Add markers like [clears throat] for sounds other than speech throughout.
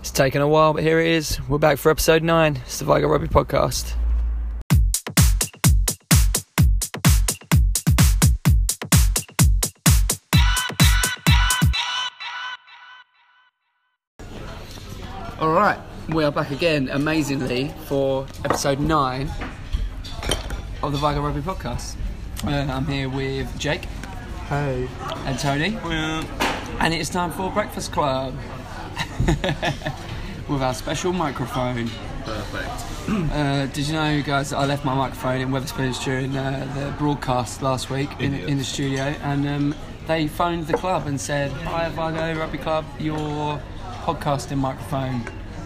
It's taken a while, but here it is. We're back for episode nine. It's the Vigo Rugby Podcast. All right, we are back again, amazingly, for episode nine of the Vigo Rugby Podcast. Uh, I'm here with Jake Hey. and Tony. And it's time for Breakfast Club. [laughs] With our special microphone. Perfect. [clears throat] Uh, did you know, guys, that I left my microphone in Weatherspoons during uh, the broadcast last week in, in the Idiots. studio? And um, they phoned the club and said, Hi, Vigo Rugby Club, your podcasting microphone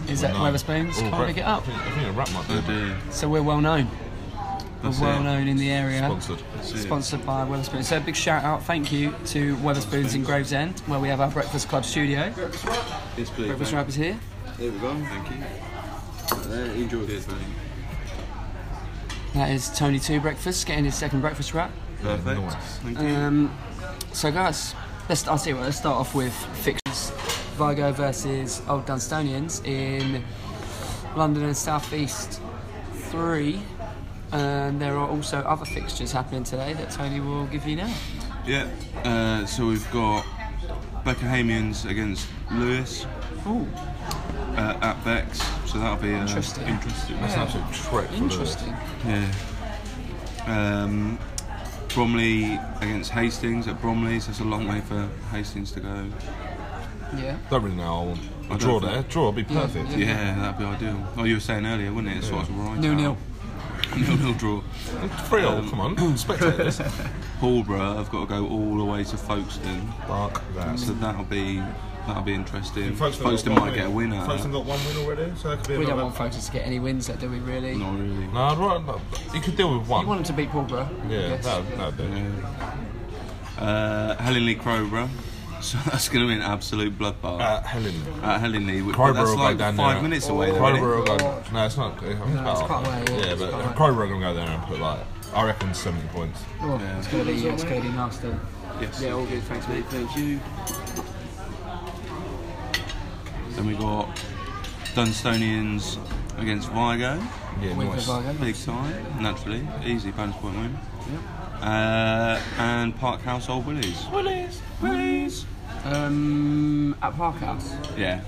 is at Weatherspoons. Can't Brett- pick it up. I think, I think a rap might be So we're well known. That's we're well it. known in the area. sponsored. Sponsored by Weatherspoons. So a big shout out, thank you to Weatherspoons in Gravesend, where we have our Breakfast Club studio. Yes, please. Breakfast Wrap is here. There we go. Thank you. Uh, enjoy this. That is Tony Two Breakfast getting his second breakfast wrap. Perfect. Thank you. Um, so guys, let's I'll tell you what, let's start off with fixtures. Vigo versus Old Dunstonians in London and South East three. And there are also other fixtures happening today that Tony will give you now. Yeah. Uh, so we've got Beckhamians against Lewis Ooh, uh, at Bex. So that'll be uh, Interesting. Interesting. That's an absolute trick. interesting. Yeah. Um, Bromley against Hastings at Bromley. So it's a long way for Hastings to go. Yeah. Don't really know. how I want I a draw don't think- there. Draw would be perfect. yeah. Yeah, that'd be ideal. Oh, you were saying earlier, wouldn't it? It's sort of right. Nil nil. [laughs] Nil nil draw. Three all. Come on, spectators. Paulborough have got to go all the way to Folkestone, Bark that. so that'll be that'll be interesting. Mm. Folkestone Folkestone, got one might get a winner. Folkestone got one win already, so that could be We don't another. want folks to get any wins there, do we really? Not really. No, I'd rather. You could deal with one. You want them to beat Paulborough. yeah, yes. that would, that would do. Uh, Helenley Crowborough, so [laughs] that's going to be an absolute bloodbath Uh, Helen. at Helenley. which- but Crowborough That's will go like down five there. minutes away. though, isn't it? Crowborough will go. No, it's not. It's about it's quite half. way, yeah, Yeah, it's but quite way. Crowborough going to go there and put like, I reckon, 70 points. Oh, It's gonna be yeah, it's gonna be nasty. Yes. Yeah, all good, thanks mate. Thank you. Then we got Dunstonians against Vigo. Yeah, Win for nice. Vigo. Big time, naturally. Easy bonus point win. Uh, and Park House Old Willies. Willies. Willies. Um, at Parkhouse. Yeah.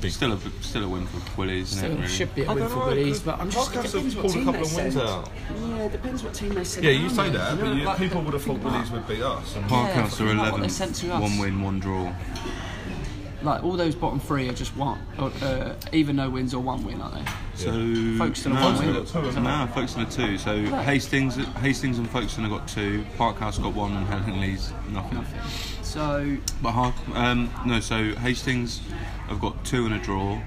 Big- Still a still a win for Willies, isn't So it? it Really? should be a win for Willies, but I'm just Podcast depends what have pulled a team couple they of wins send. out. Yeah, it depends what team they send. Yeah, you down say with, that, you but know, you- like people the- would have thought Willies would beat us. and- Park Yeah, House are forgot what they 11th, sent to us. one win, one draw. Like all those bottom three are just one, or, uh, either no wins or one win, aren't they? So Folkestone no, have one win. Folkestone have two, No, Folkestone are two. So Hastings, Hastings and Folkestone have got two. Park House got one, and Helen Lee's nothing. So But Har- um, no, so Hastings have got two and a draw.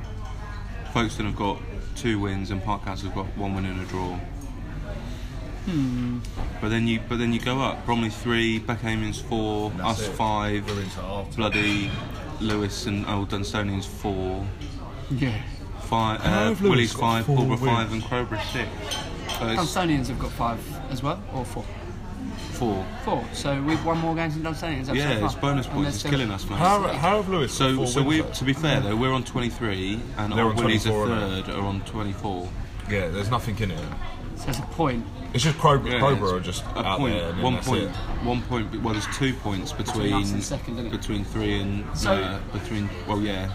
Folkestone have got two wins, and Park House have got one win and a draw. Hmm. But then you, but then you go up. Bromley three, Beckhamians four, us that's it. five, We're into half. bloody Lewis and Old Dunstonians four, yeah, five, How uh, have Lewis Willie's got five, four Paulborough wins? five, and Crowborough six. So it's Dunstonians have got five as well, or four. four. Four. So we've won more games than Dunstonians. have so Yeah, far. it's bonus And points. they're It's still- killing us, man. How, how have Lewis got So, four so we. wins out? To be fair though, we're on 23, and They're our on Willie's a 24, aren't they? third, are on 24. Yeah, there's nothing in it. So it's a point. It's just Crow, Yeah, Crowborough are it's just a out point, there. And then one that's point, It. one point. be- Well, there's two points between us and second, isn't it? between three and So- uh, between well, yeah,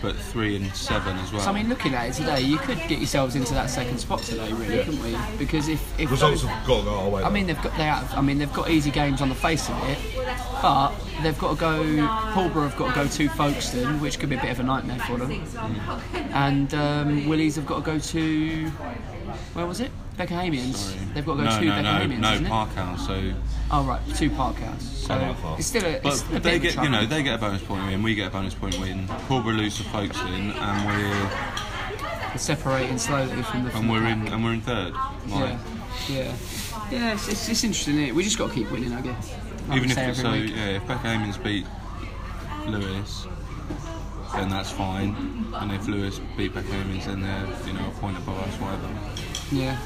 but three and seven as well. So I mean, looking at it today, you could get yourselves into that second spot today, really, couldn't we? Because if if Results those- have got to go our way. I mean, they've got they have. I mean, they've got easy games on the face of it, but they've got to go. Paulborough have got to go to Folkestone, which could be a bit of a nightmare for them. And um, Willies have got to go to where was it? Beckhamians. They've got to go no, to no, no, Beckhamians, no, isn't it? Parkhouse. So, Oh right, to Parkhouse. So Oh, Parkhouse. it's still a. It's but a bit of they a get you trouble. know they get a bonus point win, we get a bonus point win. Paulborough lose to Folkestone, and we're They're separating slowly from the. and we're in and we're in third. Like, Yeah, yeah, yeah. It's, it's, it's interesting. Isn't it? We just got to keep winning, I guess. Like Even we if say it's so, every week. yeah, if Beckhamians beat Lewis, then that's fine. And if Lewis beat Beckhamians, then they're you know a point above us, whatever. Yeah.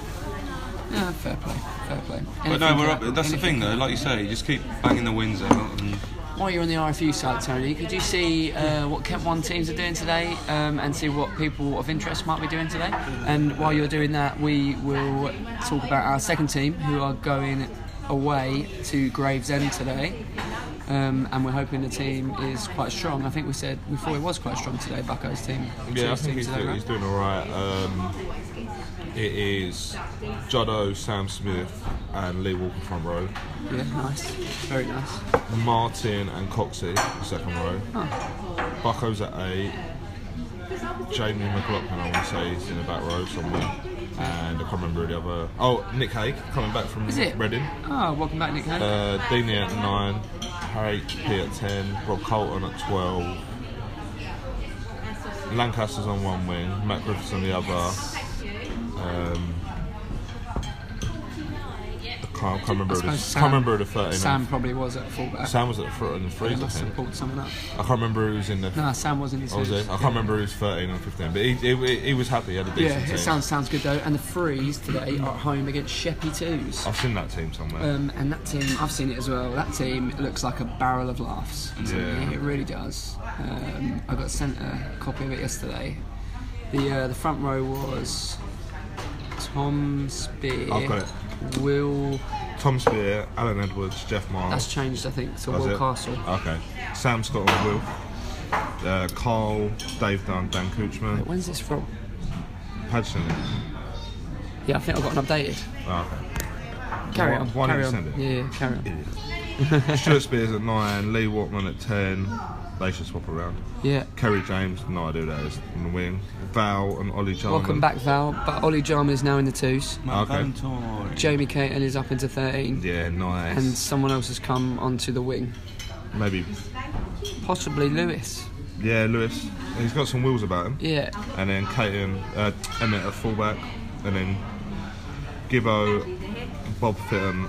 Yeah, fair play, fair play. But Anything no, can we're up. happen, That's the anything thing, though. Like you say, just keep banging the wins out, and while you're on the RFU site, Tony, could you see uh, what Kent One teams are doing today um, and see what people of interest might be doing today? And while you're doing that, we will talk about our second team who are going away to Gravesend today. Um, and we're hoping the team is quite strong. I think we said we thought it was quite strong today, Bucko's team. Yeah, I Two's think team he's today, doing, right? he's doing all right. Um, it is Juddo, Sam Smith, and Lee Walker front row. Yeah, nice. Very nice. Martin and Coxey second row. Bucko's at eight. Jamie McLaughlin, I want to say, is in the back row somewhere. And I can't remember the other. Oh, Nick Hague coming back from Is it? Reading. Oh, welcome back, Nick. Hayes. Uh, Dini at nine, Harry P at ten, Rob Colton at twelve. Lancaster's on one wing, Matt Griffiths on the other. Um, I can't, can't remember. The, suppose can't remember the thirteen. Sam probably was at fullback. Sam was at the front and three. I He must have think. pulled someone up. I can't remember who was in the. No, Sam wasn't his I, was there. I can't remember who was thirteen and fifteen, but he, he, he was happy. He had a decent Yeah, team. it sounds sounds good though. And the threes today are at home against Sheppy Twos. I've seen that team somewhere. Um, and that team, I've seen it as well. That team looks like a barrel of laughs. to Yeah. me. it really does. Um, I got sent a copy of it yesterday. The uh, the front row was Tom Spear, I've got Will. Tom Spear, Alan Edwards, Jeff Miles. That's changed, I think, to Was Will it? Castle. Okay. Sam Scott on the wheel. Uh, Carl, Dave Dunn, Dan Coochman, When's this from? Pageant. Yeah, I think I've got an updated. Oh, Carry Why- on. why carry don't you on. send it? Yeah, yeah, carry on. [laughs] okay. Stuart Spears at nine, Lee Watman at ten. They should swap around. Yeah. Kerry James, no idea who that is on the wing. Val and Ollie Jarman. Welcome back, Val. But Ollie Jarman is now in the twos. Matt Okay. Valentine. Jamie Caton is up into 13. Yeah, And nice. someone else has come onto the wing. Maybe. Possibly Lewis. Yeah, Lewis. He's got some wheels about him. Yeah. And then Caton, uh, Emmett at fullback. And then Gibbo, Bob Fitton.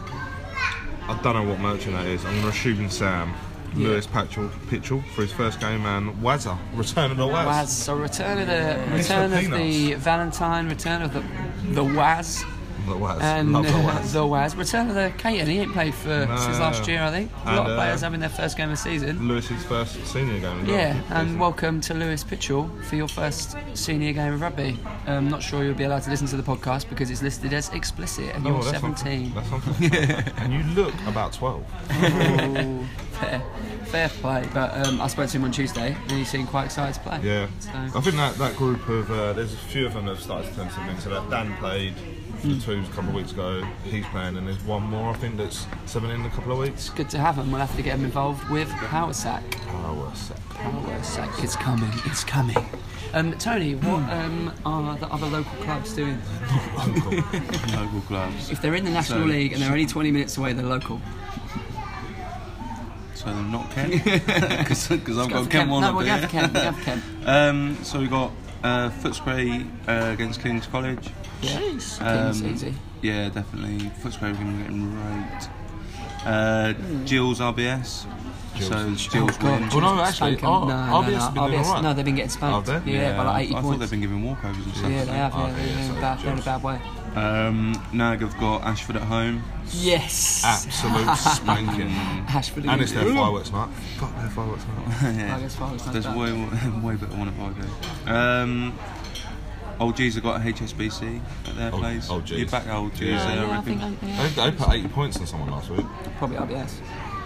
I don't know what merchant that is. I'm going to assume Sam. Yeah. Lewis Patchell, Pitchell for his first game and Wazza, return of the Waz. Waz. So return of the Mr. return of the Peanuts. Valentine, return of the the Waz. The Waz. And Love the uh, [laughs] Waz. the Waz. Return of the Caton. He ain't played for since No. last year, I think. A lot of And, uh, players having their first game of the season. Lewis's first senior game. as well. Yeah, and Decent. welcome to Lewis Pitchell for your first senior game of rugby. I'm not sure you'll be allowed to listen to the podcast because it's listed as explicit and Oh, you're that's 17. something- that's [laughs] something. and you look about 12. Ooh, fair, fair play. But um, I spoke to him on Tuesday and he seemed quite excited to play. Yeah. So- I think that, that group of, uh, there's a few of them that have started to turn something. So that Dan played for the twos a couple of weeks ago. He's playing, and there's one more, I think, that's seven in a couple of weeks. It's good to have him. We'll have to get him involved with Power Sack. Oh, what a sec. Power Sack. It's coming. It's coming. Um, Tony, what Hmm. um, are the other local clubs doing? Local clubs. If they're in the National So- League and they're only 20 minutes away, they're local. So they're [laughs] not Kent. Because I've got, Go for Kent, one No, up we'll go here. for Kent. We'll go [laughs] for Kent. Um, so we got uh, Footscray uh, against King's College. Yeah. Um, King's easy. Yeah, definitely. Footscray we're going to get him right. Uh, Jill's RBS. Oh, So it's Jill's God, win. Well, no, actually, Spanking. oh, no, RBS no, have no, been doing RBS, alright. no, they've been getting spanked. Have they? Yeah, by like 80 I thought points. they've been giving walkovers and stuff. yeah, they have. Yeah, Okay, they're, in so a bad, they're in a just- bad way. Um, Nag have got Ashford at home. [laughs] Yes. Absolute spanking. Ashford. and it's their Ooh. fireworks night. Fuck their fireworks night. I yeah. guess Fargo's not There's bad. way, way [laughs] better one at Fargo. Um, old G's have got HSBC at their Old- place. old G's. You're back at old G's Yeah. there, I Yeah, I reckon. think I- yeah. They, they put 80 points on someone last week. Probably RBS.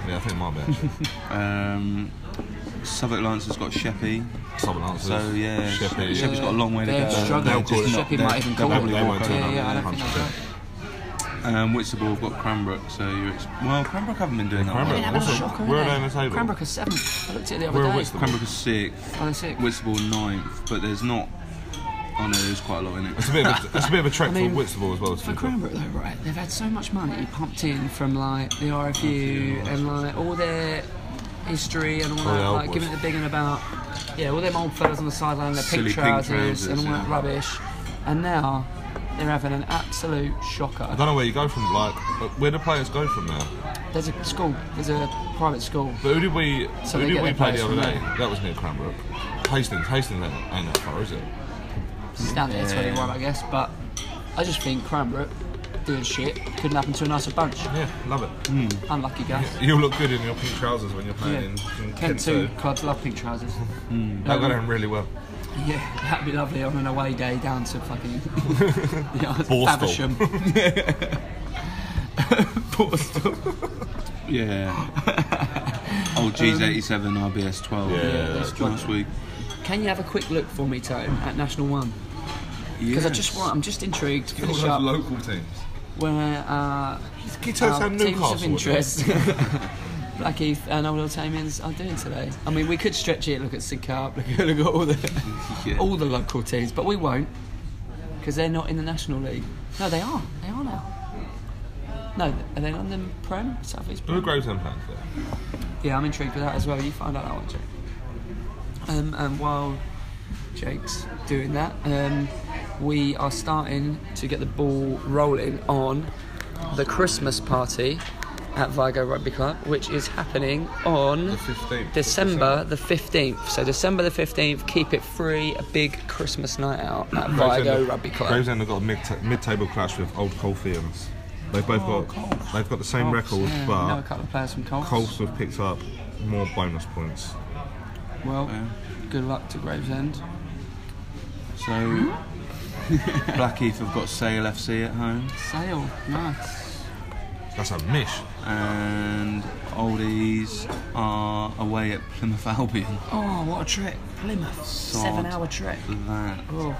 Yeah, I think my bet. actually. Um, Southwark Lions has got Sheppy. Someone answers. So yeah, Sheppy. Sheppy's got a long way to They're go. struggling. They're just Sheppy not- might they're- even they're call it. probably They won't walk turn over. Yeah, up. yeah, I don't think 100%. that's Um, Whitstable have got Cranbrook, so you're ex- well, Cranbrook haven't been doing that. Cranbrook, well. Having a also, shocker, where are aren't they they? on the table? Cranbrook are seventh. I looked at it the other Where are day. Whitstable? Cranbrook is sixth, Oh, they're sixth. Whitstable ninth, but there's not. I know there's quite a lot in it. [laughs] It's a bit of a, it's a, bit of a trek mean, for Whitstable as well. To For be fair. Cranbrook though, right? They've had so much money pumped in from like the RFU and like all their history and all the that, old like boys. giving it the big and about. Yeah, all them old fellas on the sideline, their Silly pink pink trousers, trousers, and all that yeah. rubbish, and now they're having an absolute shocker. I don't know where you go from. Like, where do players go from there? There's a school, there's a private school. But who did we? So they get who did we their play players the other from day? there. That was near Cranbrook. Hastings. Hastings ain't, ain't that far, is it? It's down there 21, I guess, but I just think Cranbrook doing shit couldn't happen to a nicer bunch. Yeah, love it. Unlucky guys. You'll look good in your pink trousers when you're playing in, in Kent Kent 2 2. clubs love pink [laughs] trousers. Hmm. Um, That went down really well. Yeah, that'd be lovely on an away day down to [laughs] fucking yeah, Borstal. Faversham. Borstal. Yeah. [laughs] oh, geez, 87 RBS 12. Yeah, Yeah, Um, that's that's last good. week. Can you have a quick look for me, Tone, at National One? Because I just want, I'm just intrigued to All finish those up local teams. where uh, Can you tell us our how teams Newcastle of were doing? [laughs] interest, [laughs] uh, Blackheath and Old Altamians are doing today. I mean, we could stretch it, look at Sidcup, look, at- look at all the Yeah. all the local teams, but we won't because they're not in the National League. No, they are. They are now. No, are they London Prem, South East Who Prem? are Gravesend fans there? Yeah, I'm intrigued with that as well. You find out that one, Jake. Um, and while Jake's doing that, um, we are starting to get the ball rolling on the Christmas party at Vigo Rugby Club, which is happening on The 15th. of December the 15th. So, December the 15th, keep it free, a big Christmas night out at Gravesend Vigo have- Rugby Club. Gravesend have got a mid- mid-table clash with Old Coalfields. They've both got they've got the same record, Oh, Yeah, we know a but couple of players from Colts. Colts have picked up more bonus points. Well, good luck to Gravesend. So, [laughs] Blackheath have got Sale FC at home, Sale, nice. That's a mish. and Oldies are away at Plymouth [laughs] Albion. Oh, what a trip. Plymouth. Seven hour trip. That. Oh,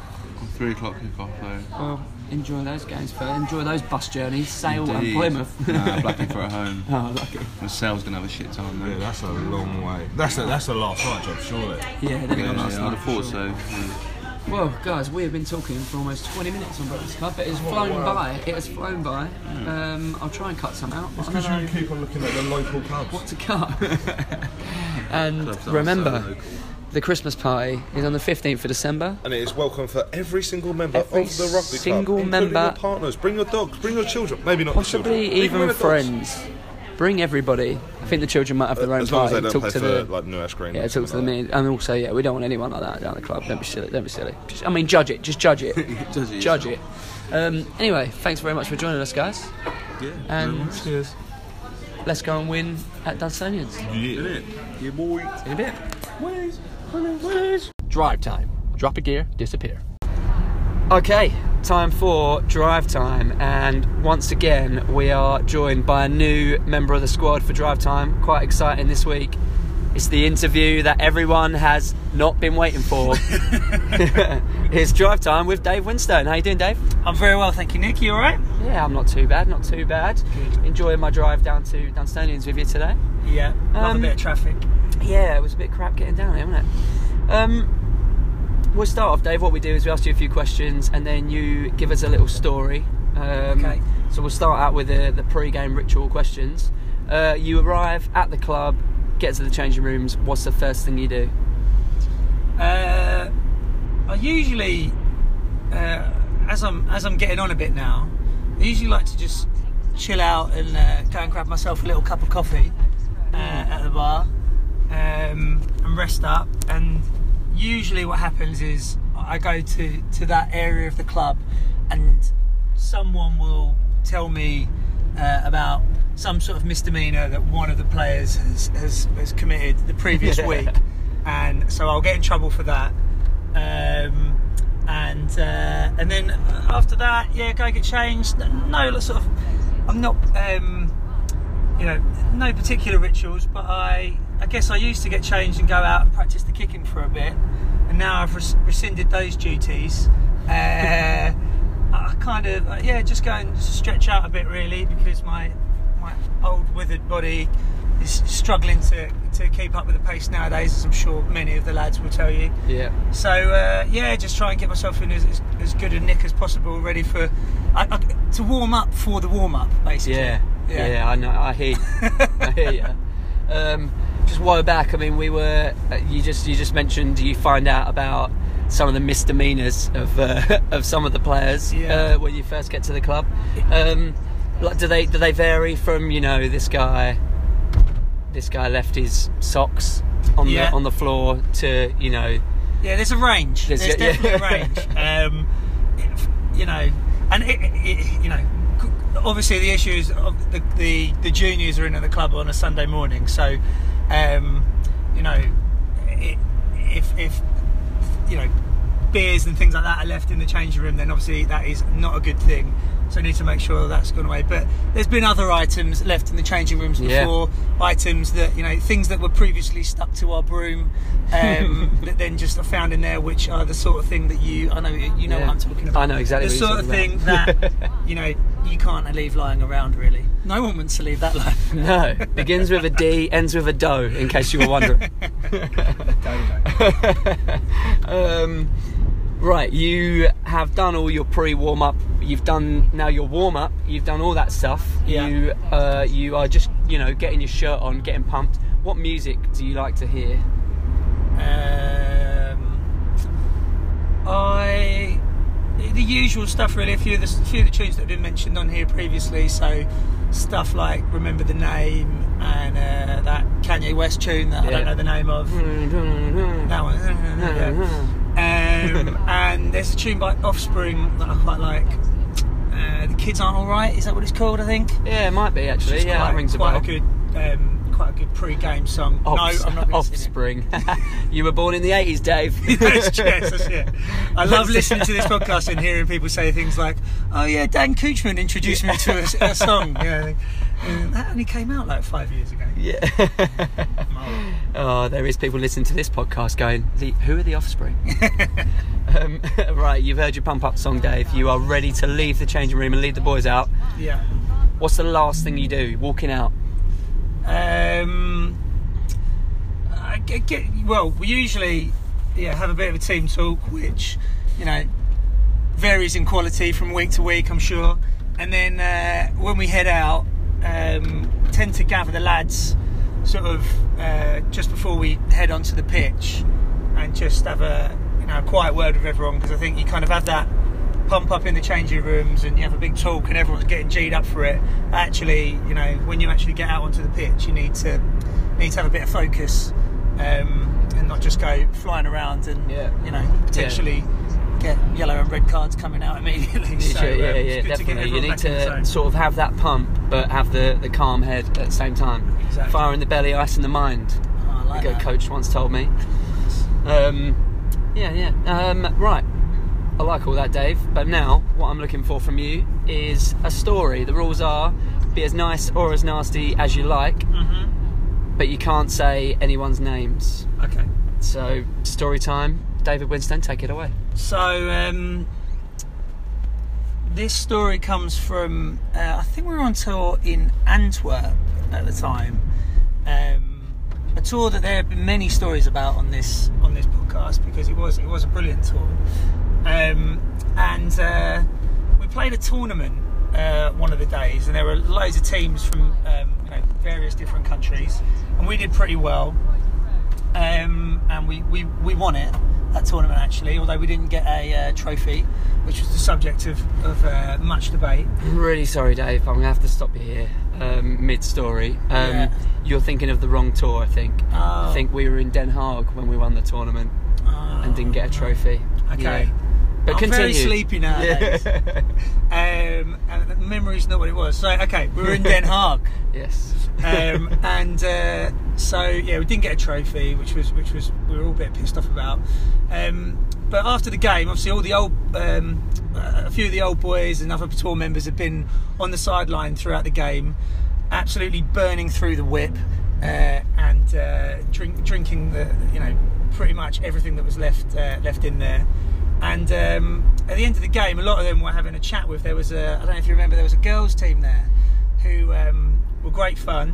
Three o'clock kickoff though. well, enjoy those games, Phil. Enjoy those bus journeys. Sale and Indeed. Plymouth. [laughs] nah, Blackheath are at home. oh, lucky. And Sale's gonna have a shit time though. Yeah, that's a long way. That's a, that's a last night job, surely. Yeah, they're Yeah, going I'd have sure. thought so. Well, guys, we have been talking for almost 20 minutes on Breakfast Club. It has flown by. It has flown by. Um, I'll try and cut some out. I don't know keep on looking at the local clubs. what to cut. [laughs] and Clubs are so remember, local. the Christmas party is on the 15th of December. And it is welcome for every single member Every of the rugby single club, including member. your partners. Bring your dogs. Bring your children. Maybe not Possibly the children. even Bring the dogs. friends. Bring everybody. I think the children might have their own As long as party. they don't talk play to for the like New Ash Green. yeah, or talk to the something like men. And also, yeah, we don't want anyone like that down the club. Don't be silly. Don't be silly. Just, I mean, judge it. Just judge [laughs] it. Judge [laughs] it judge it. yourself. Um, anyway, thanks very much for joining us, guys. Yeah. And that. Cheers. let's go and win at Dunstonians. Yeah. Yeah, boy. [laughs] In a bit. Drive time. Drop a gear, disappear. Okay, time for drive time, and once again we are joined by a new member of the squad for drive time. Quite exciting this week. It's the interview that everyone has not been waiting for. [laughs] it's drive time with Dave Winstone. How you doing, Dave? I'm very well, thank you, Nick. You all right? Yeah, I'm not too bad. Not too bad. Enjoying my drive down to Dunstonians with you today. Yeah. Love Um, a bit of traffic. Yeah, it was a bit crap getting down there, wasn't it? Um, we'll start off, Dave. What we do is we ask you a few questions, and then you give us a little story. Um, Okay. So we'll start out with the, the pre-game ritual questions. Uh, you arrive at the club, get to the changing rooms. What's the first thing you do? Uh, I usually, uh, as I'm as I'm getting on a bit now, I usually like to just chill out and uh, go and grab myself a little cup of coffee uh, at the bar um, and rest up. And usually, what happens is I go to to that area of the club, and someone will tell me uh, about some sort of misdemeanor that one of the players has has, has committed the previous week, and so I'll get in trouble for that. Um, and uh, and then after that, yeah, go get changed. No, sort of, I'm not. Um, you know, no particular rituals, but I, I guess I used to get changed and go out and practice the kicking for a bit, and now I've res- rescinded those duties. Uh, I kind of, uh, yeah, just go and stretch out a bit really because my my old withered body is struggling to, to keep up with the pace nowadays, as I'm sure many of the lads will tell you. Yeah. So uh, yeah, just try and get myself in as, as, as good a nick as possible, ready for I, I, to warm up for the warm up, basically. Yeah, yeah, I know. I hear, I hear [laughs] you. Um, just a while back, I mean, we were. uh, You just you just mentioned you find out about some of the misdemeanors of uh, [laughs] of some of the players Yeah. uh, when you first get to the club. Um, like, do they do they vary from you know this guy? This guy left his socks on Yeah. the on the floor to you know. Yeah, there's a range. There's- There's, yeah, [laughs] definitely yeah. a range. Um, if- you know, and it, it, it- you know, g- obviously the issue is of the, the the juniors are in at the club on a Sunday morning, so um, you know i if if you know beers and things like that are left in the changing room, then obviously that is not a good thing. So I need to make sure that's gone away. But there's been other items left in the changing rooms Yeah. before, items that you know things that were previously stuck to our broom [laughs] um, that then just are found in there, which are the sort of thing that you I know you know Yeah. what I'm talking about. I know exactly the what you're sort of talking thing that [laughs] you know you can't leave lying around. Really, no one wants to leave that lying. [laughs] No, begins with a D, ends with a doe. In case you were wondering. [laughs] um, right, you have done all your pre-warm up. You've done now your warm up. You've done all that stuff. Yeah. You uh, you are just you know getting your shirt on, getting pumped. What music do you like to hear? Um, I the usual stuff really. A few of the a few of the tunes that have been mentioned on here previously. So stuff like "Remember the Name" and uh, that Kanye West tune that I Yeah. Mm. don't know the name of. That one. Yeah. Mm-hmm. [laughs] Um, and there's a tune by Offspring that I quite like. Uh, the kids aren't all right. Is that what it's called? I think. Yeah, it might be actually. It's yeah, quite, that rings a quite bell. good, um, quite a good pre-game song. Offs- no, I'm not [laughs] gonna sing it. offspring. you were born in the 80s, Dave. [laughs] [laughs] yes, yes, that's it. I love listening to this podcast and hearing people say things like, "Oh yeah, Dan Kuchman introduced me to a, [laughs] a song." Yeah, and that only came out like five years ago. yeah. [laughs] Oh, there is people listening to this podcast going, the, who are the offspring? [laughs] um, [laughs] right, you've heard your pump up song, Dave. You are ready to leave the changing room and lead the boys out. Yeah. What's the last thing you do walking out? Um, I g- g- well, we usually yeah have a bit of a team talk, which you know varies in quality from week to week, I'm sure. And then uh, when we head out, um, tend to gather the lads sort of uh, just before we head onto the pitch and just have a you know a quiet word with everyone because I think you kind of have that pump up in the changing rooms and you have a big talk and everyone's getting G'd up for it. Actually, you know, when you actually get out onto the pitch, you need to need to have a bit of focus um, and not just go flying around and Yeah. you know potentially get yellow and red cards coming out immediately. [laughs] So, um, yeah, yeah, it's good to get definitely. You everyone need back in the to zone. sort of have that pump, but have the, the calm head at the same time. Exactly. Fire in the belly, ice in the mind. Oh, I like a good that. coach once told me. Um, yeah, yeah. Um, right. I like all that, Dave. But now, what I'm looking for from you is a story. The rules are be as nice or as nasty as you like, Mm-hmm. but you can't say anyone's names. Okay. So, story time. David Winston, take it away. So um, this story comes from uh, I think we were on tour in Antwerp at the time. Um, a tour that there have been many stories about on this on this podcast because it was it was a brilliant tour. Um, and uh, we played a tournament uh, one of the days, and there were loads of teams from um, you know, various different countries, and we did pretty well um, and we, we, we won it that tournament actually, although we didn't get a uh, trophy, which was the subject of, of uh, much debate. I'm really sorry, Dave. I'm going to have to stop you here um, mid story. Um, Yeah. You're thinking of the wrong tour, I think. I Oh. think we were in Den Haag when we won the tournament and didn't get a trophy. Okay. Yeah. But I'm continue. [laughs] very sleepy eh? nowadays. um, and the memory's not what it was. So okay, we were in [laughs] Den Haag. Yes. um, [laughs] and uh, so yeah, we didn't get a trophy, which was which was we were all a bit pissed off about. Um, but after the game, obviously, all the old um, a few of the old boys and other tour members have been on the sideline throughout the game, absolutely burning through the whip uh, and uh, drink, drinking the you know pretty much everything that was left uh, left in there. And um, at the end of the game, a lot of them were having a chat with. There was a I don't know if you remember, there was a girls' team there who um, were great fun,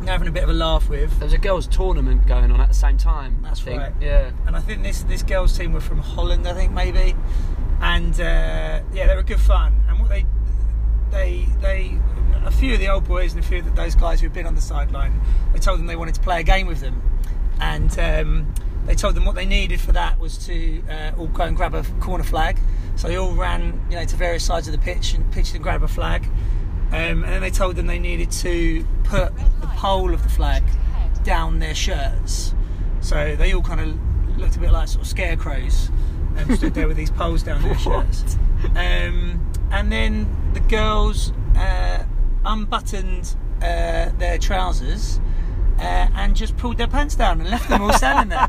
and having a bit of a laugh with. There was a girls' tournament going on at the same time. That's I think. right. Yeah. [laughs] And I think this this girls' team were from Holland, I think maybe, and uh, yeah, they were good fun. And what they they they a few of the old boys and a few of those guys who've been on the sideline, they told them they wanted to play a game with them, and um, they told them what they needed for that was to uh, all go and grab a corner flag. So they all ran, you know, to various sides of the pitch and pitched and grabbed a flag. Um, and then they told them they needed to put the pole of the flag down their shirts. So they all kind of looked a bit like sort of scarecrows and stood there with these poles down their shirts. Um, and then the girls uh, unbuttoned uh, their trousers uh, and just pulled their pants down and left them all standing there.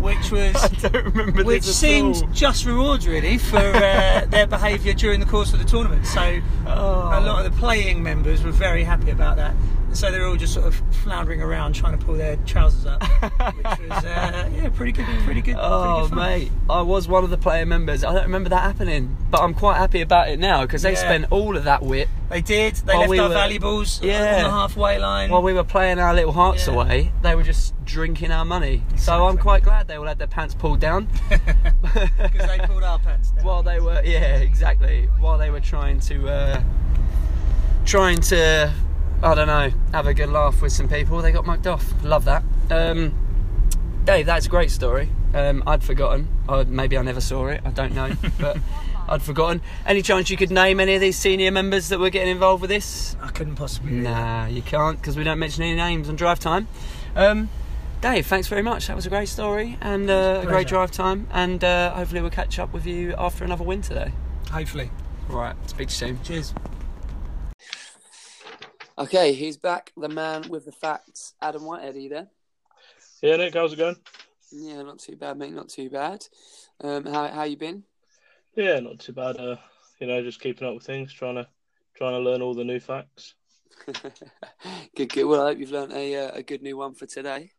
Which was don't remember which this at seemed [laughs] all. just rewards really [laughs] for uh, their behaviour during the course of the tournament. So a Oh. lot of the playing members were very happy about that. And so they're all just sort of floundering around trying to pull their trousers up, which [laughs] was uh, yeah, pretty good, pretty good. Oh pretty good fun. mate, I was one of the player members. I don't remember that happening, but I'm quite happy about it now because they Yeah. spent all of that wit They did. They While left we our were- valuables Yeah. on the halfway line. while we were playing our little hearts Yeah. away. They were just drinking our money, so I'm Exactly. quite glad they all had their pants pulled down because they pulled our pants down. while they were yeah exactly while they were trying to uh, trying to I don't know have a good laugh with some people. They got mugged off. Love that. Um, Dave, that's a great story. Um, I'd forgotten. Or maybe I never saw it. I don't [laughs] know, but I'd forgotten. Any chance you could name any of these senior members that were getting involved with this? I couldn't possibly. do that. Nah, you can't because we don't mention any names on drive time. Um, Dave, thanks very much. That was a great story and uh, a great Pleasure. drive time. And uh, hopefully we'll catch up with you after another win today. Hopefully. Right, speak to you soon. Cheers. Okay, he's back. The man with the facts, Adam Whitehead. Are you there? Yeah, Nick, how's it going? Yeah, not too bad, mate. Not too bad. Um, how how you been? Yeah, not too bad. Uh, you know, just keeping up with things, trying to trying to learn all the new facts. good, good. Well, I hope you've learnt a uh, a good new one for today.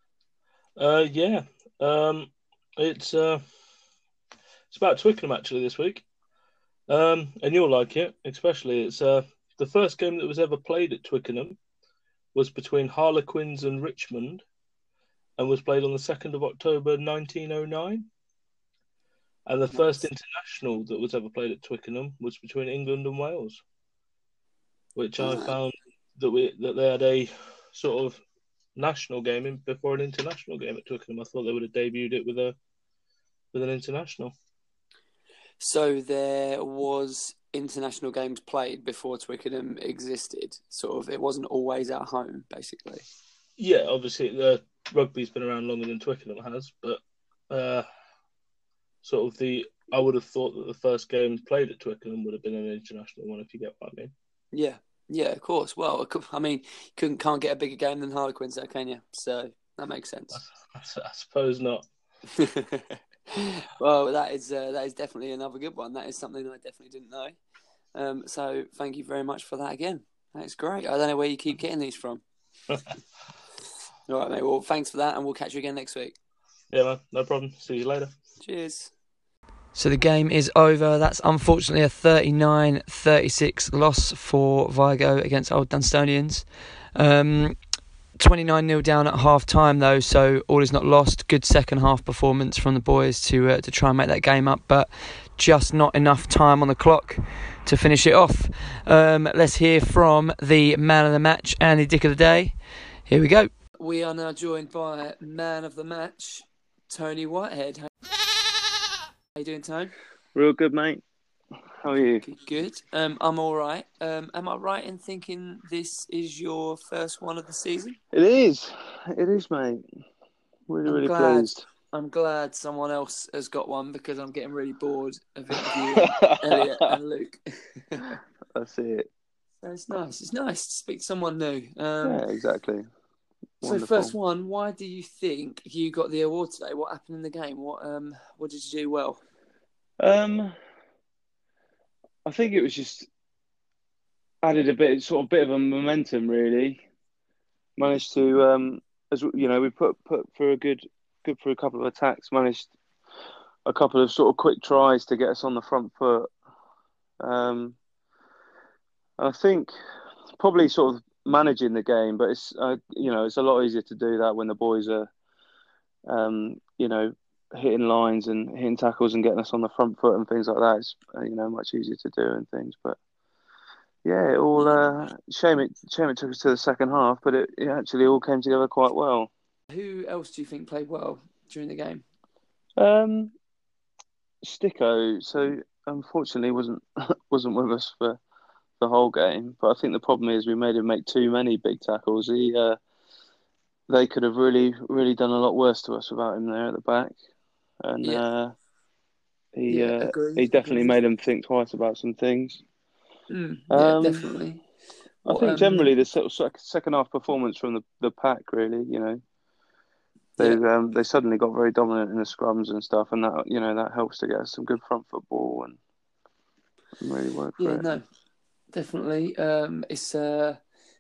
Uh, yeah. Um, it's uh, it's about Twickenham actually this week. Um, and you'll like it, especially. It's uh, the first game that was ever played at Twickenham was between Harlequins and Richmond, and was played on the second of October, nineteen oh nine. And the first international that was ever played at Twickenham was between England and Wales, which I Ah. found that we that they had a sort of national game in, before an international game at Twickenham. I thought they would have debuted it with a with an international. So there was international games played before Twickenham existed. Sort of, it wasn't always at home, basically. Yeah, obviously the rugby's been around longer than Twickenham has, but uh, sort of the I would have thought that the first game played at Twickenham would have been an international one if you get what I mean. Yeah, yeah, of course. Well, [laughs] I cou- I mean, you couldn't can't get a bigger game than Harlequins, though, can you? So that makes sense. I, s- I suppose not. [laughs] well, that is uh, that is definitely another good one. That is something I definitely didn't know. Um, so thank you very much for that again. That's great. I don't know where you keep getting these from. All right, mate. Well, thanks for that, and we'll catch you again next week. Yeah, man, no problem. See you later. Cheers. So the game is over. That's unfortunately a 39 36 loss for Vigo against Old Dunstonians. Um, 29 0 down at half time, though, so all is not lost. Good second half performance from the boys to, uh, to try and make that game up, but just not enough time on the clock to finish it off. Um, let's hear from the man of the match and the dick of the day. Here we go. We are now joined by man of the match, Tony Whitehead. How you doing, Tone? Real good, mate. How are you? Good, Good. Um, I'm all right. Um, am I right in thinking this is your first one of the season? It is. It is, mate. Really, I'm really glad. pleased. I'm glad someone else has got one because I'm getting really bored of [laughs] interviewing Elliot and Luke. [laughs] so That's it. it's nice. It's nice to speak to someone new. Um, yeah, exactly. so Wonderful. first one, why do you think you got the award today? What happened in the game? What um, what did you do well? Um, I think it was just added a bit, sort of, bit of a momentum. Really, managed to, um, as w- you know, we put put for a good, good for a couple of attacks. Managed a couple of sort of quick tries to get us on the front foot. Um, I think probably sort of managing the game, but it's uh, you know it's a lot easier to do that when the boys are, um, you know, hitting lines and hitting tackles and getting us on the front foot and things like that is uh, you know much easier to do and things but yeah it all uh, shame it shame it took us to the second half but it, it actually all came together quite well Who else do you think played well during the game? um sticko so unfortunately wasn't [laughs] wasn't with us for the whole game but i think the problem is we made him make too many big tackles he uh they could have really really done a lot worse to us without him there at the back and Yeah. uh he Yeah, uh, agreed, he definitely agreed. made him think twice about some things. Mm, yeah, Um, definitely. I What, think um, generally the sort of sec- second half performance from the, the pack really, you know, they um, they suddenly got very dominant in the scrums and stuff, and that you know that helps to get some good front football and, and really work. For Yeah, it. no, definitely. Um, it's uh,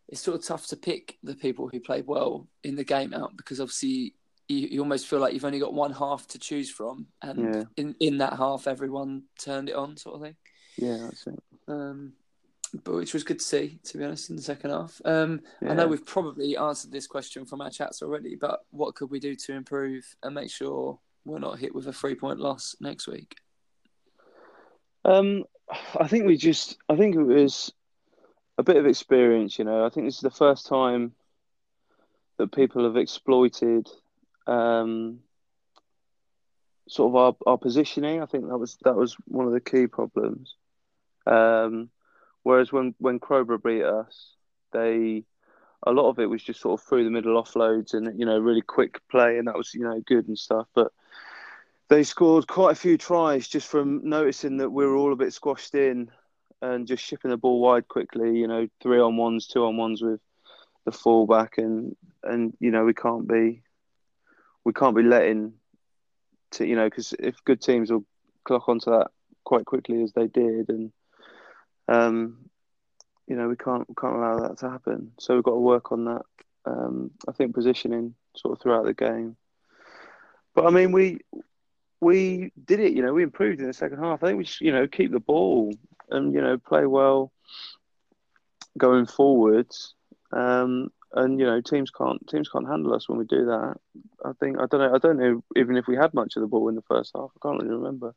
it's sort of tough to pick the people who played well in the game out because obviously you, you almost feel like you've only got one half to choose from, and Yeah. in in that half everyone turned it on, sort of thing. yeah, that's it. Um, but which was good to see, to be honest, in the second half. Um, I Yeah. know we've probably answered this question from our chats already, but what could we do to improve and make sure we're not hit with a three point loss next week? Um, I think we just, I think it was a bit of experience, you know. I think this is the first time that people have exploited um, sort of our, our positioning. I think that was that was one of the key problems. Um, whereas when when Crowborough beat us, they a lot of it was just sort of through the middle offloads and you know really quick play, and that was you know good and stuff, but they scored quite a few tries just from noticing that we were all a bit squashed in and just shipping the ball wide quickly. You know, three on ones, two on ones with the fullback, and and you know we can't be we can't be letting to you know because if good teams will clock onto that quite quickly as they did, and um, you know we can't we can't allow that to happen. So we've got to work on that. Um, I think positioning sort of throughout the game. But I mean, we we did it. You know, we improved in the second half. I think we should, you know, keep the ball and you know play well going forwards. Um, and you know, teams can't teams can't handle us when we do that. I think I don't know. I don't know even if we had much of the ball in the first half. I can't really remember.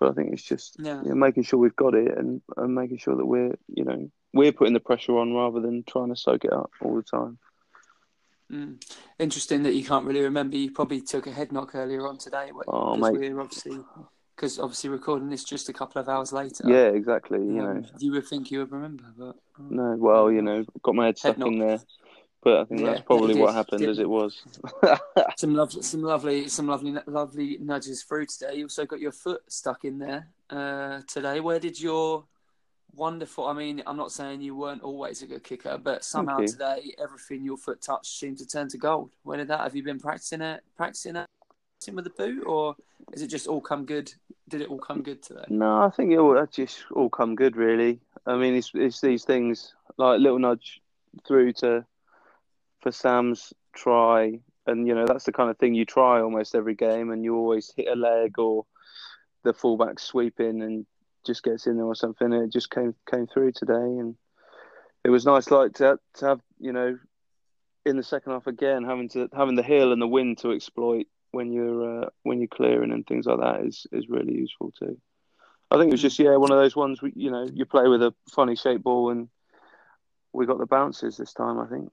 But I think it's just Yeah. you know, making sure we've got it and, and making sure that we're you know we're putting the pressure on rather than trying to soak it up all the time. Mm. Interesting that you can't really remember. You probably took a head knock earlier on today. wh- Oh, 'cause mate. We're obviously because obviously recording this just a couple of hours later. yeah, exactly. Um, You know, you would think you would remember, but oh. No, well, you know, got my head stuck Head in knock. there, but I think Yeah, that's probably it what did, happened as didn't it was. some lovely, some lovely, some lovely, lovely nudges through today. You also got your foot stuck in there uh, today. Where did your wonderful? I mean, I'm not saying you weren't always a good kicker, but somehow you. today everything your foot touched seemed to turn to gold. Where did that? Have you been practicing it? Practicing it? Practicing with the boot, or is it just all come good? Did it all come good today? no, I think it all that just all come good, really. I mean, it's it's these things like little nudge through to for Sam's try, and you know that's the kind of thing you try almost every game, and you always hit a leg or the fullback sweeping and just gets in there or something. And it just came came through today, and it was nice, like to, to have you know in the second half again having to having the hill and the wind to exploit when you're uh, when you're clearing and things like that is is really useful too. I think it was just yeah one of those ones where, you know you play with a funny shaped ball and we got the bounces this time I think.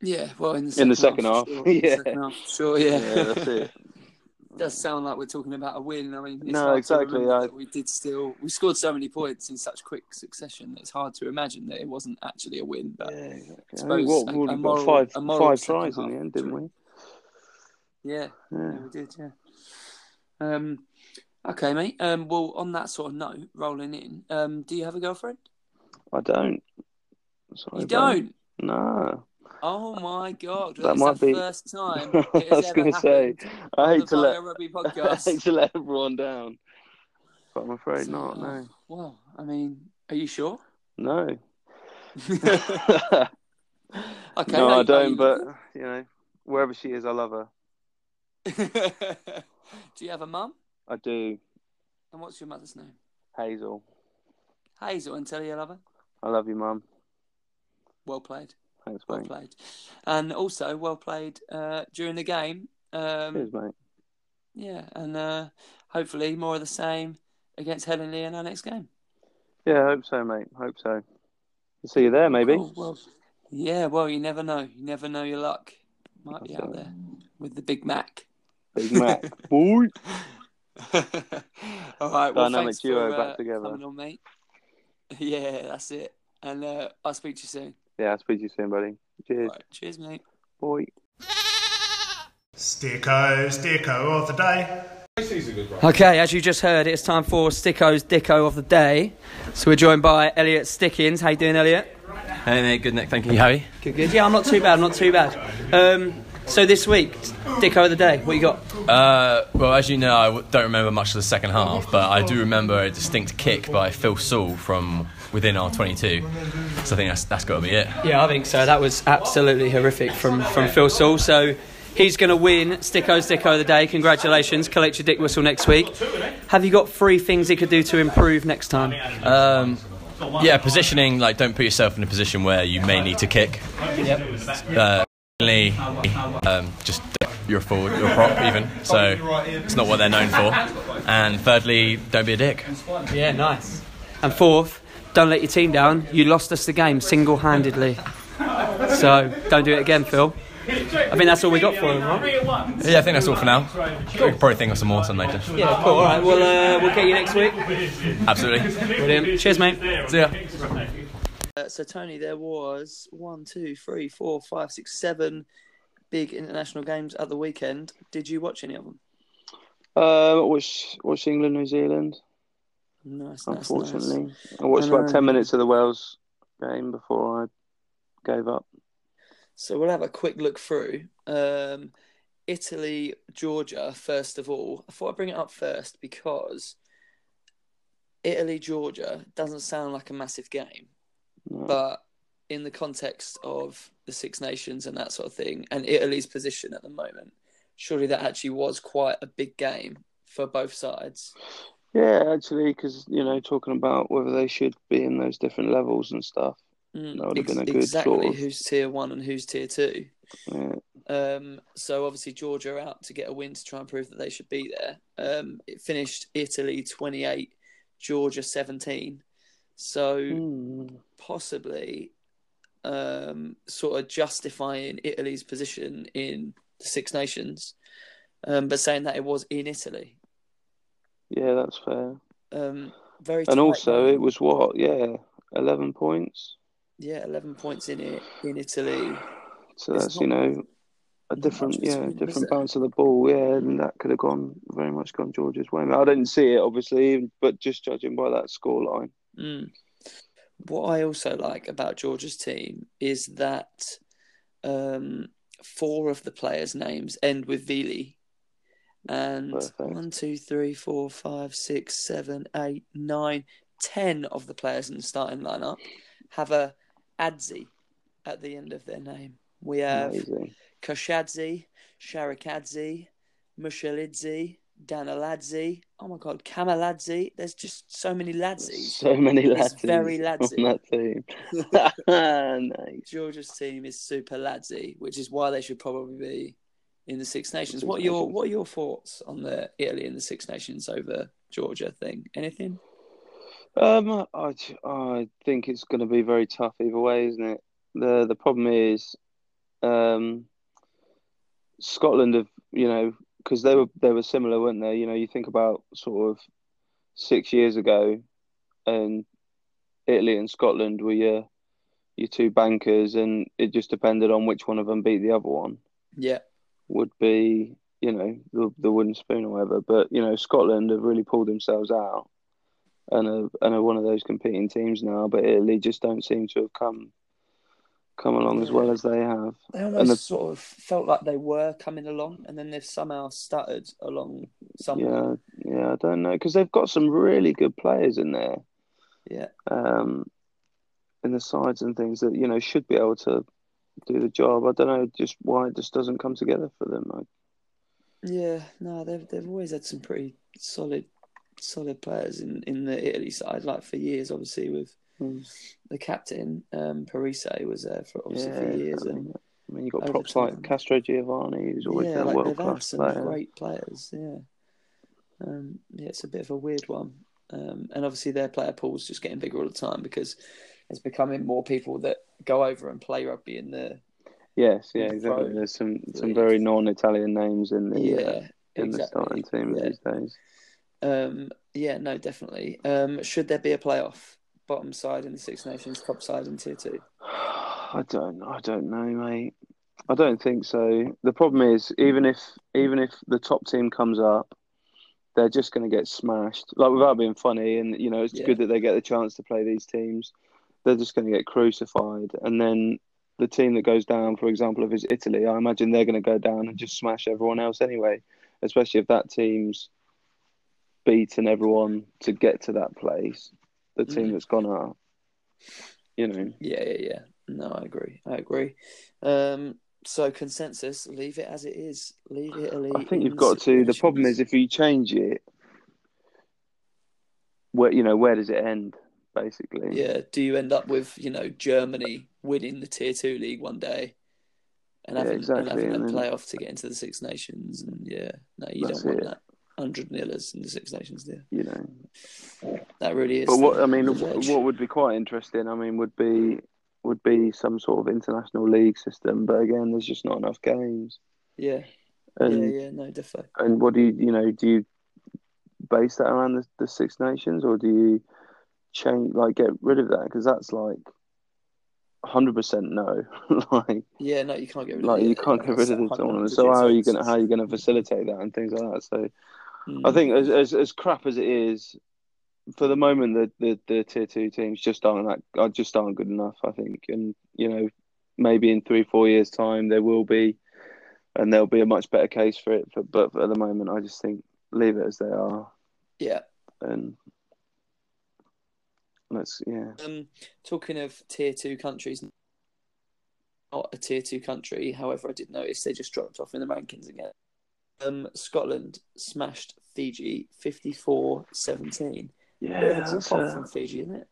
Yeah, well, in the second In the half, second sure. In half, the [laughs] yeah. second half, sure, yeah. Yeah, that's it. does sound like we're talking about a win. I mean, it's No, hard to exactly, remember I- that we did still we scored so many points in such quick succession that it's hard to imagine that it wasn't actually a win. But yeah, I think what, a- we a got moral- five a moral five second tries in the half end, didn't we? yeah, Yeah. we did. Yeah. Um, okay, mate. Um, well, on that sort of note, rolling in. Um, do you have a girlfriend? I don't. Sorry, you bro. don't. [laughs] No. Oh my god, That that's might the be- first [laughs] time. I it has was ever gonna say, happened I on hate the to let Via Rugby [laughs] I podcast. hate to let everyone down, but I'm afraid not. No, oh, Well, I mean, are you [laughs] sure? [laughs] okay, no. are no, I you- are you don't. But you know, wherever she is, I love her. [laughs] Do you have a mum? I do. And what's your mother's name? Hazel, Hazel, and tell her you love her. I love you, Mum. Well played. Thanks, Well mate. played. And also, well played uh, during the game. Um, Cheers, mate. yeah, and uh, hopefully more of the same against Helen Lee in our next game. Yeah, I hope so, mate. Hope so. See you there, maybe. Cool, Oh, [laughs] well, yeah, well, you never know. You never know your luck. Might be out there with the Big Mac. Big Mac. [laughs] Boy. All right, well, Dynamic thanks duo for, back uh, together. coming on, mate. [laughs] Yeah, that's it. And uh, I'll speak to you soon. Yeah, I'll speak to you soon, buddy. Cheers, Right, cheers, mate. boy. Sticko, sticko of the day. Okay, as you just heard, it's time for Sticko's Dicko of the Day. So we're joined by Elliot Stickins. How you doing, Elliot? Hey mate, good Nick, thank you. How are you? Good, good. Yeah, I'm not too bad. I'm not too bad. Um, so this week, Dicko of the Day. What you got? Uh, well, as you know, I w- don't remember much of the second half, but I do remember a distinct kick by Phil Saul from within our 22. So I think that's, that's got to be it. Yeah, I think so. That was absolutely horrific from from Phil Saul. So. He's going to win Sticko's Dicko of the Day. Congratulations. Collect your dick whistle next week. Have you got three things he could do to improve next time? Um, yeah, positioning, like don't put yourself in a position where you may need to kick. Yep. Uh, mainly, um, just you're a forward, you're a prop even, so it's not what they're known for. And thirdly, don't be a dick. Yeah, nice. And fourth, don't let your team down. You lost us the game single handedly. So don't do it again, Phil. I think that's all we got for him, right? Yeah, I think that's all for now. We could probably think of some more some later. Yeah, cool. All right, well, uh, we'll get you next week. Absolutely. Brilliant. Cheers, mate. See ya. Uh, so Tony, there was one, two, three, four, five, six, seven big international games at the weekend. Did you watch any of them? Uh, watch watch England, New Zealand. Nice, nice, Unfortunately, nice. I watched I about know. ten minutes of the Wales game before I gave up. So we'll have a quick look through. Um, Italy, Georgia, first of all. I thought I'd bring it up first because Italy, Georgia doesn't sound like a massive game, but in the context of the Six Nations and that sort of thing, and Italy's position at the moment, surely that actually was quite a big game for both sides. Yeah, actually, because you know, talking about whether they should be in those different levels and stuff. Mm, That would have ex- been a good exactly sort of- who's tier one and who's tier two. Yeah. Um, so obviously Georgia are out to get a win to try and prove that they should be there. Um, it finished Italy twenty eight, Georgia seventeen. So Hmm. Mm. possibly um, sort of justifying Italy's position in the Six Nations, um, but saying that it was in Italy. Yeah, that's fair. Um, very tight And also, one. it was what? Yeah, eleven points. yeah, eleven points in it in Italy. So It's that's not- you know a different between yeah them, is different it? bounce of the ball. Yeah, and that could have gone very much gone George's way. I didn't see it obviously, but just judging by that scoreline, Mm. What I also like about Georgia's team is that um, four of the players' names end with Vili. And Perfect. one, two, three, four, five, six, seven, eight, nine, ten of the players in the starting lineup have a Adzi at the end of their name. We have amazing. Koshadze, Sharikadze, Mushalidze, Danaladze. Oh my God, Kamaladze. There's just so many ladsies. So many It's lads. very ladsy. [laughs] on that team. [laughs] [laughs] nice. Georgia's team is super ladsy, which is why they should probably be in the Six Nations. Six What are your Nations. What are your thoughts on the Italy and the Six Nations over Georgia thing? Anything? Um, I, I think it's going to be very tough either way, isn't it? The the problem is, um, Scotland have you know because they were they were similar, weren't they? You know, you think about sort of six years ago, and Italy and Scotland were your your two bankers, and it just depended on which one of them beat the other one Yeah, would be, you know, the, the wooden spoon or whatever. But you know, Scotland have really pulled themselves out, and are and are one of those competing teams now. But Italy just don't seem to have come come along as well as they have. they And almost the- sort of felt like they were coming along, and then they've somehow stuttered along. Somewhere. Yeah, yeah, I don't know because they've got some really good players in there, Yeah, um, in the sides and things that you know should be able to do the job. I don't know just why it just doesn't come together for them. I yeah, No, they've they've always had some pretty solid solid players in in the Italy side, like for years, obviously with. Hmm. The captain, um, Parise, was there for obviously Yeah, for years, I and mean, I mean, you've got over props time. like Castro Giovanni, who's always yeah, been a like world they've had class some player. great players. Yeah, um, yeah, it's a bit of a weird one, um, and obviously their player pool's just getting bigger all the time because there's becoming more people that go over and play rugby in the Yes, yeah, Right. exactly. There's some some Please. very non-Italian names in the yeah, uh, in the exactly starting team yeah. these days. Um, yeah, no, definitely. Um, should there be a playoff? Bottom side in the Six Nations, top side in Tier Two. I don't, I don't know, mate. I don't think so. The problem is, even if even if the top team comes up, they're just going to get smashed. Like without being funny, and you know it's Yeah. good that they get the chance to play these teams. They're just going to get crucified, and then the team that goes down, for example, if it's Italy, I imagine they're going to go down and just smash everyone else anyway. Especially if that team's beaten everyone to get to that place, the team Mhm. that's gone up. You know, Yeah, yeah, yeah. No, I agree. I agree. Um, so consensus, leave it as it is. Leave Italy. I think you've in got to. The problem situations. is if you change it, where you know where does it end, basically? Yeah. Do you end up with you know Germany winning the tier two league one day, and Yeah, having, exactly, and having and a then- playoff to get into the Six Nations? And yeah, no, you That's don't want it. that. Hundred nillers in the Six Nations, there. You know, That really is. But what the- I mean, the w- wedge. what would be quite interesting, I mean, would be would be some sort of international league system. But again, there's just not enough games. Yeah. And yeah, yeah, no, definitely. and what do you you know do you base that around the, the Six Nations or do you change like get rid of that because that's like hundred percent no [laughs] like Yeah, no, you can't get rid of like it. you can't get rid of the That's a tournament. hundred So how are you percent. gonna how are you gonna facilitate that and things like that? So I Mm. think as, as as crap as it is, for the moment the, the, the tier two teams just aren't that are just aren't good enough. I think, and you know maybe in three four years time there will be, and there'll be a much better case for it. But but at the moment I just think leave it as they are Yeah. and let's yeah. Um, talking of tier two countries, not a tier two country. However, I did notice they just dropped off in the rankings again. Um, Scotland smashed Fiji 54-17. Yeah, Bit of a drop that's, off uh, from Fiji, isn't it?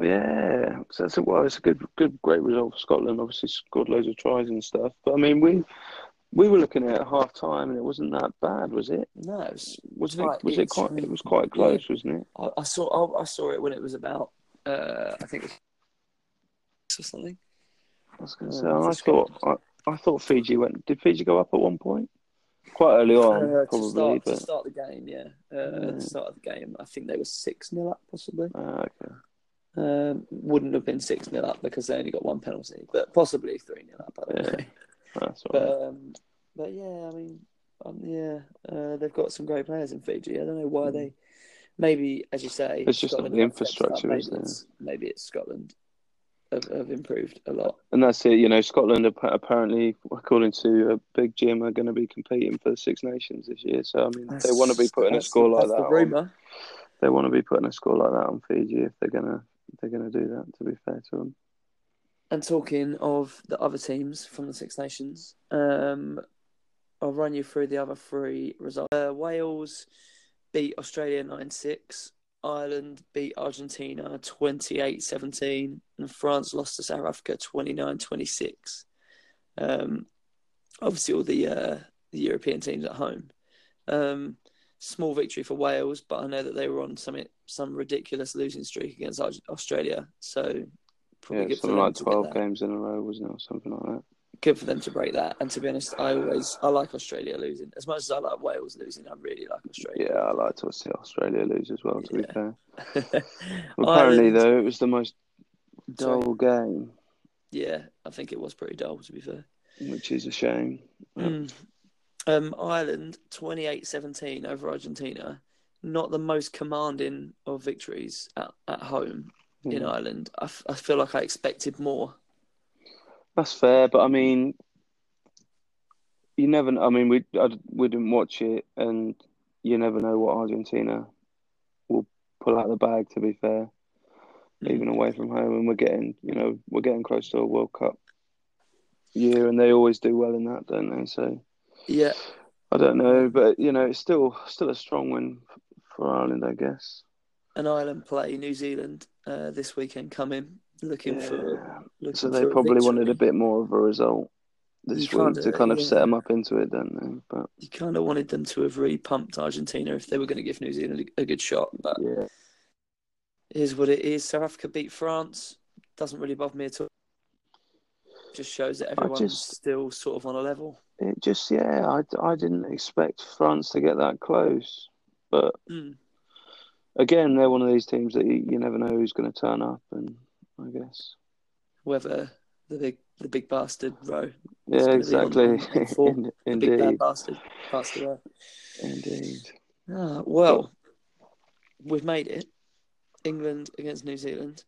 Yeah, so that's a, well, it's a good, good, great result for Scotland. Obviously, scored loads of tries and stuff. But I mean, we we were looking at half time, and it wasn't that bad, was it? No, it was, Was quite- it? Was it it's quite? re- It was quite close, wasn't it? I, I saw I, I saw it when it was about uh, I think it was six or something. I was going to Uh, say. I just thought. I, I thought Fiji went. Did Fiji go up at one point? Quite early on, Uh, to, probably. start, but to start the game, yeah. Uh, At Yeah. the start of the game, I think they were 6 0 up, possibly. Ah, okay. Um, wouldn't have been 6 0 up because they only got one penalty, but possibly 3 0 up. I don't know. Yeah. that's all right. But, um, but yeah, I mean, um, yeah, uh, they've got some great players in Fiji. I don't know why they. Maybe, as you say, It's just Scotland not the have stepped up. infrastructure, Maybe isn't it? it's, maybe it's Scotland have, have improved a lot. And that's it. You know, Scotland are pa- apparently, according to a big Jim, are going to be competing for the Six Nations this year. So I mean, they want to be putting a That's- score like that's that. The on- rumor. they want to be putting a score like that on Fiji if they're gonna if they're gonna do that. To be fair to them, And talking of the other teams from the Six Nations, um, I'll run you through the other three results. Uh, Wales beat Australia 9 6. Ireland beat Argentina 28 17. And France lost to South Africa 29 26. Um, obviously, all the, uh, the European teams at home. Um, small victory for Wales, but I know that they were on some, some ridiculous losing streak against Arg- Australia. So, probably yeah, good for something them like to get twelve that games in a row, wasn't it, or something like that? good for them to break that. And to be honest, I always I like Australia losing as much as I like Wales losing. I really like Australia. Yeah, I like to see Australia lose as well. To be fair, apparently Ireland- though, it was the most Sorry. dull game, yeah, I think it was pretty dull to be fair. which is a shame. Mm. Um, Ireland 28-17 over Argentina. Not the most commanding of victories at, at home in Mm. Ireland. I, f- I feel like I expected more. That's fair, but I mean, you never. I mean, we I, we didn't watch it, and you never know what Argentina will pull out of the bag. To be fair, Hmm. even away from home, and we're getting you know we're getting close to a World Cup year, and they always do well in that, don't they? So Yeah, I don't know, but you know, it's still still a strong win f- for Ireland, I guess. and Ireland play New Zealand uh, this weekend coming looking Yeah. for looking So they for a probably victory. wanted a bit more of a result You this can't week do to that, kind of yeah. set them up into it, don't they? But you kind of wanted them to have really pumped Argentina if they were going to give New Zealand a good shot. But yeah. it is what it is. South Africa beat France. Doesn't really bother me at all. Just shows that I everyone's just- still sort of on a level. It just, yeah, I, I didn't expect France to get that close. But Mm. again, they're one of these teams that you, you never know who's going to turn up, and I guess. Whether the big the big bastard row. Yeah, is gonna be on- exactly. on- [laughs] on form. In- the big indeed. bad bastard. bastard row. Indeed. Ah, well, we've made it. England against New Zealand.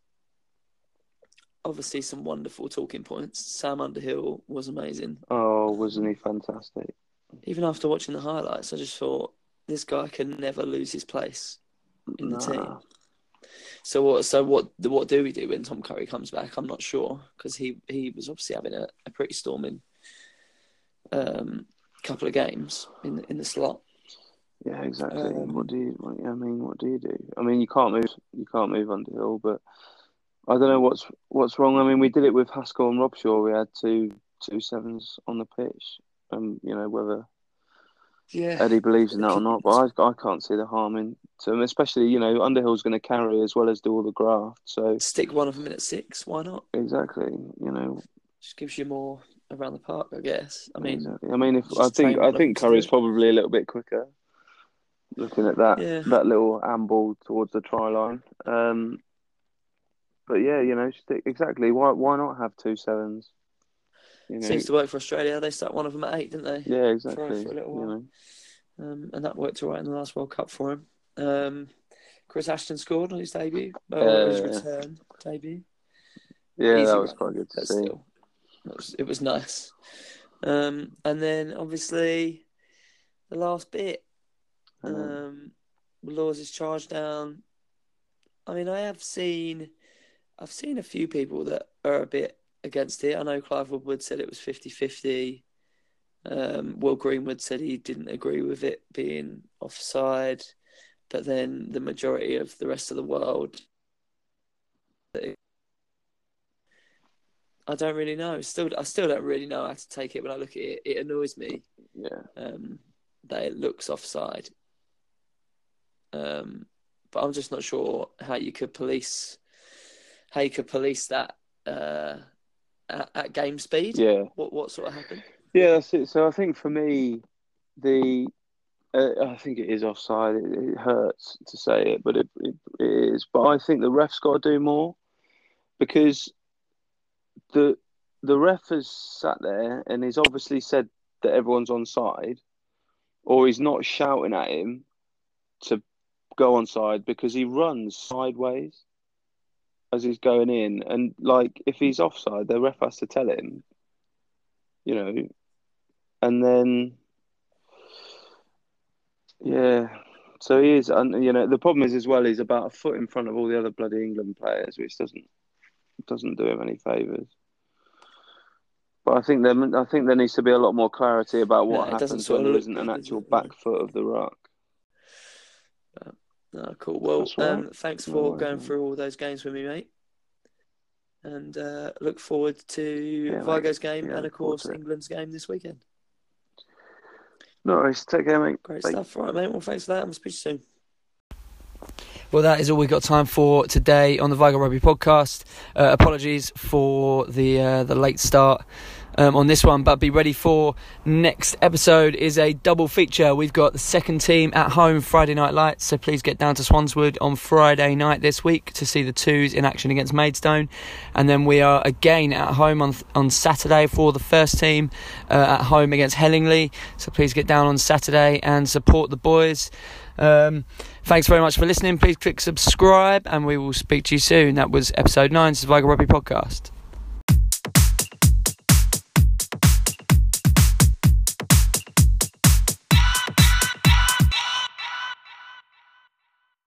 Obviously, some wonderful talking points. Sam Underhill was amazing. Oh, wasn't he fantastic? Even after watching the highlights, I just thought this guy can never lose his place in the team. Nah. So what? So what? What do we do when Tom Curry comes back? I'm not sure because he he was obviously having a, a pretty storming um, couple of games in the, in the slot. Yeah, exactly. Um, what do you? What, I mean, what do you do? I mean, you can't move. You can't move Underhill, but I don't know what's what's wrong. I mean, we did it with Haskell and Robshaw. We had two two sevens on the pitch, and you know whether Yeah. Eddie believes in that or not. But I, I can't see the harm in to him, especially you know Underhill's going to carry as well as do all the graft. So stick one of them in at six. Why not? exactly. You know, Just gives you more around the park, I guess. I mean, exactly. I mean, if I just think train I them think to do Curry's it. probably a little bit quicker. Looking at that Yeah. that little amble towards the try line, um, but yeah, you know, stick, exactly. Why why not have two sevens? You know, Seems to work for Australia. They stuck one of them at eight, didn't they? yeah, For- exactly. for a little you while. know. um, and that worked all right in the last World Cup for him. Um, Chris Ashton scored on his debut, well, his Yeah. return debut. Yeah, Easy that was run, quite good to but see. still, it was, it was nice. Um, and then obviously the last bit, I know. um, Laws' charge down. I mean, I have seen, I've seen a few people that are a bit against it. I know Clive Woodward said it was 50-50. Um, Will Greenwood said he didn't agree with it being offside, but then the majority of the rest of the world. I don't really know. Still, I still don't really know how to take it when I look at it. It annoys me Yeah, um, that it looks offside. Um, but I'm just not sure how you could police how you could police that uh, at, at game speed. Yeah. What what sort of happened? yeah, that's it. So I think for me, the uh, I think it is offside. It, it hurts to say it, but it, it, it is. But I think the ref's got to do more because the the ref has sat there and he's obviously said that everyone's on side, or he's not shouting at him to go on side because he runs sideways as he's going in, and like if he's offside, the ref has to tell him, you know, and then. Yeah. So he is, and you know, the problem is as well, he's about a foot in front of all the other bloody England players, which doesn't doesn't do him any favours. But I think there, I think there needs to be a lot more clarity about No, what it doesn't happens sort when of there look isn't good, an does actual it? back foot of the ruck. Oh, cool. Well, That's all right. um, thanks No for worries, going mate. through all those games with me, mate. And uh, look forward to Yeah, mate. Vigo's game Yeah, and, of look forward course, to it. England's game this weekend. No worries. Take care, mate. Great Bye. stuff. Right, mate. Well, thanks for that. I'll speak to you soon. Well, that is all we've got time for today on the Vigo Rugby podcast. Uh, apologies for the uh, the late start um, on this one, but be ready for next episode is a double feature. We've got the second team at home Friday night lights, so please get down to Swanswood on Friday night this week to see the twos in action against Maidstone, and then we are again at home on on Saturday for the first team uh, at home against Hellingley. So please get down on Saturday and support the boys. Um, thanks very much for listening. Please click subscribe, and we will speak to you soon. That was episode nine, Survivor Rugby Podcast.